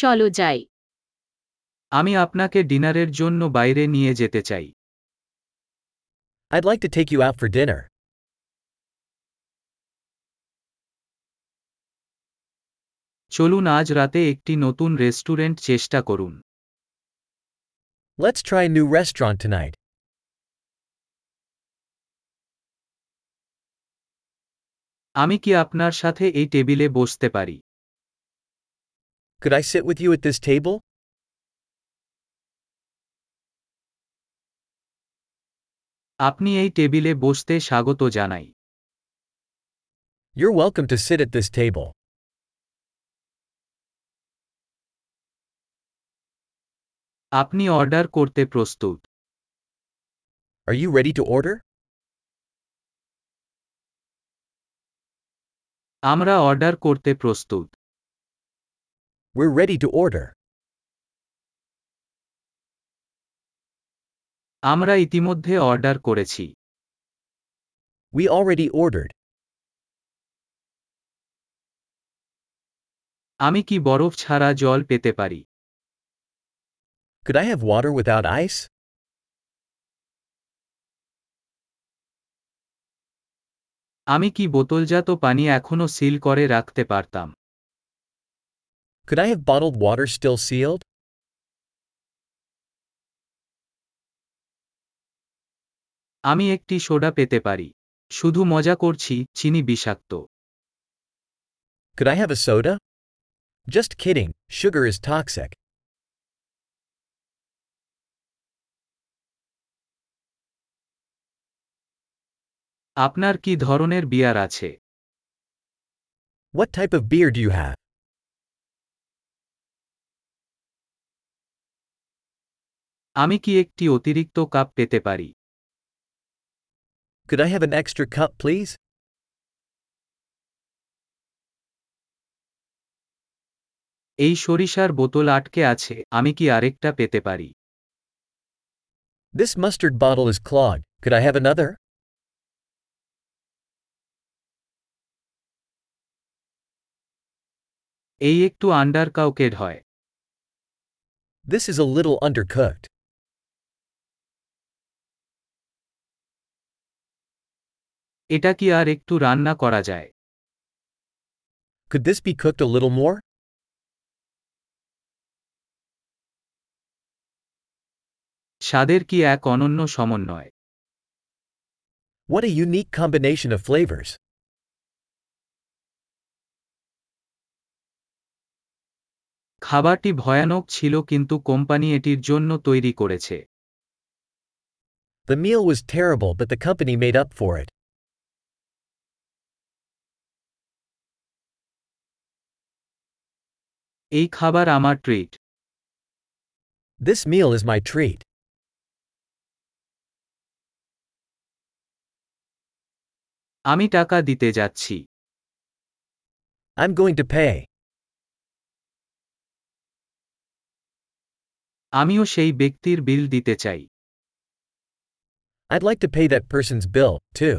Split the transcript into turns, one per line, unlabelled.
চলো যাই
আমি আপনাকে ডিনারের জন্য বাইরে নিয়ে যেতে চাই
I'd like to take you out for dinner.
চলুন আজ রাতে একটি নতুন রেস্টুরেন্ট চেষ্টা করুন
Let's try a new restaurant tonight.
আমি কি আপনার সাথে এই টেবিলে বসতে পারি
Could I sit with you at this table?
আপনি এই টেবিলে বসতে স্বাগত জানাই
You're welcome to sit at this table.
আপনি অর্ডার করতে প্রস্তুত
Are you ready to order?
আমরা অর্ডার করতে প্রস্তুত
We're ready to order.
আমরা ইতিমধ্যে অর্ডার করেছি
We already ordered.
আমি কি বরফ ছাড়া জল পেতে পারি
Could I have water without ice?
আমি কি বোতলজাত পানি এখনও সিল করে রাখতে পারতাম
Could I have bottled water still sealed?
আমি একটি সোডা পেতে পারি শুধু মজা করছি চিনি বিষাক্ত
Could I have a soda? Just kidding, sugar is toxic.
আপনার কি ধরনের বিয়ার আছে
What type of beer do you have?
আমি কি একটি অতিরিক্ত কাপ পেতে পারি
Could I have an extra cup, please?
এই সরিষার বোতল আটকে আছে আমি কি আরেকটা পেতে পারি
This mustard bottle is clogged. Could I have another?
এই একটু আন্ডার কাউকেড হয়
This is a little undercooked.
এটা কি আর একটু রান্না করা যায়
Could this be cooked a little more?
স্বাদের কি এক অনন্য সমন্বয়
What a unique combination of flavors.
খাবারটি ভয়ানক ছিল কিন্তু কোম্পানি এটির জন্য তৈরি করেছে
The meal was terrible, but the company made up for it.
এই খাবার আমার treat
This meal is my treat.
আমি টাকা দিতে যাচ্ছি
I'm going to pay.
আমিও সেই ব্যক্তির বিল দিতে চাই
I'd like to pay that person's bill, too.